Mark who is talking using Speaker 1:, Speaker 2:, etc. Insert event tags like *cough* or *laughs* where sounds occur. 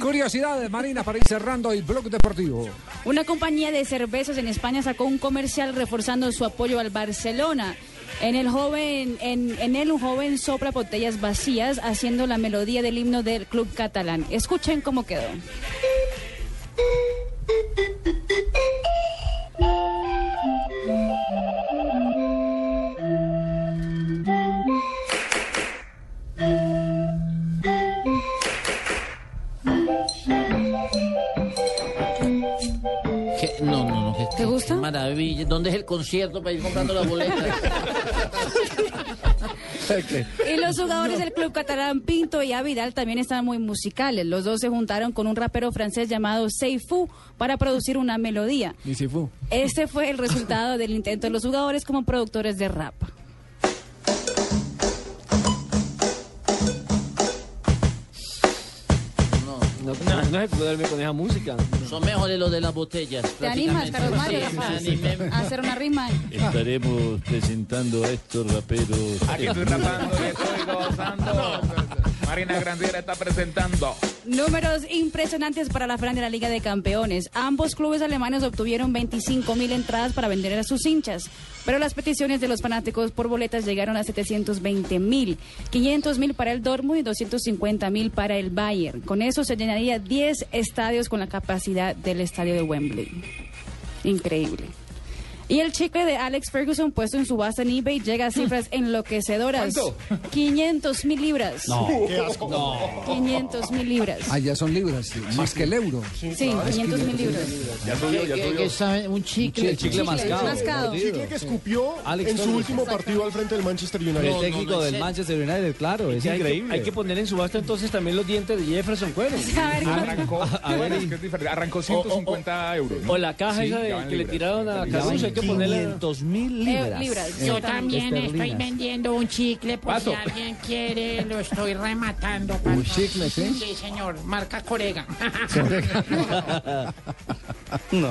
Speaker 1: Curiosidades, Marina, para ir cerrando el blog deportivo.
Speaker 2: Una compañía de cervezas en España sacó un comercial reforzando su apoyo al Barcelona. En, el joven, en, en él un joven sopla botellas vacías haciendo la melodía del himno del club catalán. Escuchen cómo quedó.
Speaker 3: ¿Qué? No, no, no. qué-
Speaker 2: ¿Te gusta?
Speaker 3: qué Maravilla. ¿Dónde es el concierto para ir comprando las
Speaker 4: *laughs*
Speaker 3: boletas?
Speaker 2: Y los jugadores del club catalán Pinto y Avidal también están muy musicales. Los dos se juntaron con un rapero francés llamado Seifu para producir una melodía.
Speaker 1: Y si fue.
Speaker 2: Este fue el resultado del intento de los jugadores como productores de rap.
Speaker 3: No.
Speaker 5: No, no, no se puede dormir con esa música.
Speaker 3: Son mejores los de las botellas.
Speaker 2: ¿Te animas,
Speaker 3: prácticamente.
Speaker 2: Carlos Mario?
Speaker 4: Ah,
Speaker 3: Sí, Eh, me animé.
Speaker 2: A hacer una rima.
Speaker 6: Estaremos presentando a estos raperos.
Speaker 2: *laughs*
Speaker 7: Aquí estoy rapando y estoy gozando. Marina Granciera está presentando.
Speaker 2: Números impresionantes para la final de la Liga de Campeones. Ambos clubes alemanes obtuvieron 25.000 entradas para vender a sus hinchas, pero las peticiones de los fanáticos por boletas llegaron a 720.000, 500.000 para el Dortmund y 250.000 para el Bayern. Con eso se llenaría 10 estadios con la capacidad del estadio de Wembley. Increíble. Y el chicle de Alex Ferguson puesto en subasta en eBay llega a cifras enloquecedoras. 500 mil libras. No, 500 mil libras.
Speaker 1: Ah, ya son libras, más que el euro.
Speaker 2: Sí, 500 mil libras.
Speaker 6: Ya
Speaker 3: ¿Qué- qué- qué sabe? Un chicle.
Speaker 5: El chicle mascado.
Speaker 2: mascado.
Speaker 5: mordido.
Speaker 8: Chicle que escupió
Speaker 5: Alex
Speaker 8: en su
Speaker 5: Ferguson.
Speaker 8: último partido al frente del Manchester United.
Speaker 3: No,
Speaker 9: El
Speaker 3: no,
Speaker 9: técnico
Speaker 3: no, en
Speaker 9: del
Speaker 3: serio.
Speaker 9: Manchester United, claro, es
Speaker 5: Y hay que-
Speaker 9: increíble.
Speaker 5: Hay que poner en subasta entonces también los dientes de Jefferson Cuero.
Speaker 2: A ver,
Speaker 7: Arrancó, bueno, es que es diferente. Arrancó 150 euros.
Speaker 5: O la caja
Speaker 7: Sí,
Speaker 5: esa de-
Speaker 7: ya van
Speaker 5: que le
Speaker 7: libras.
Speaker 5: tiraron a
Speaker 9: Ya van
Speaker 5: Caruso, hay que ponerle...
Speaker 9: 500 mil
Speaker 2: Eh,
Speaker 9: libras.
Speaker 2: libras.
Speaker 9: Eh,
Speaker 4: Yo también estoy
Speaker 9: esterlinas.
Speaker 4: vendiendo un chicle por
Speaker 7: Paso.
Speaker 4: si alguien quiere, lo estoy rematando.
Speaker 1: Un
Speaker 4: patrón.
Speaker 1: chicle, ¿sí?
Speaker 4: Sí, señor, marca Corega.
Speaker 9: No.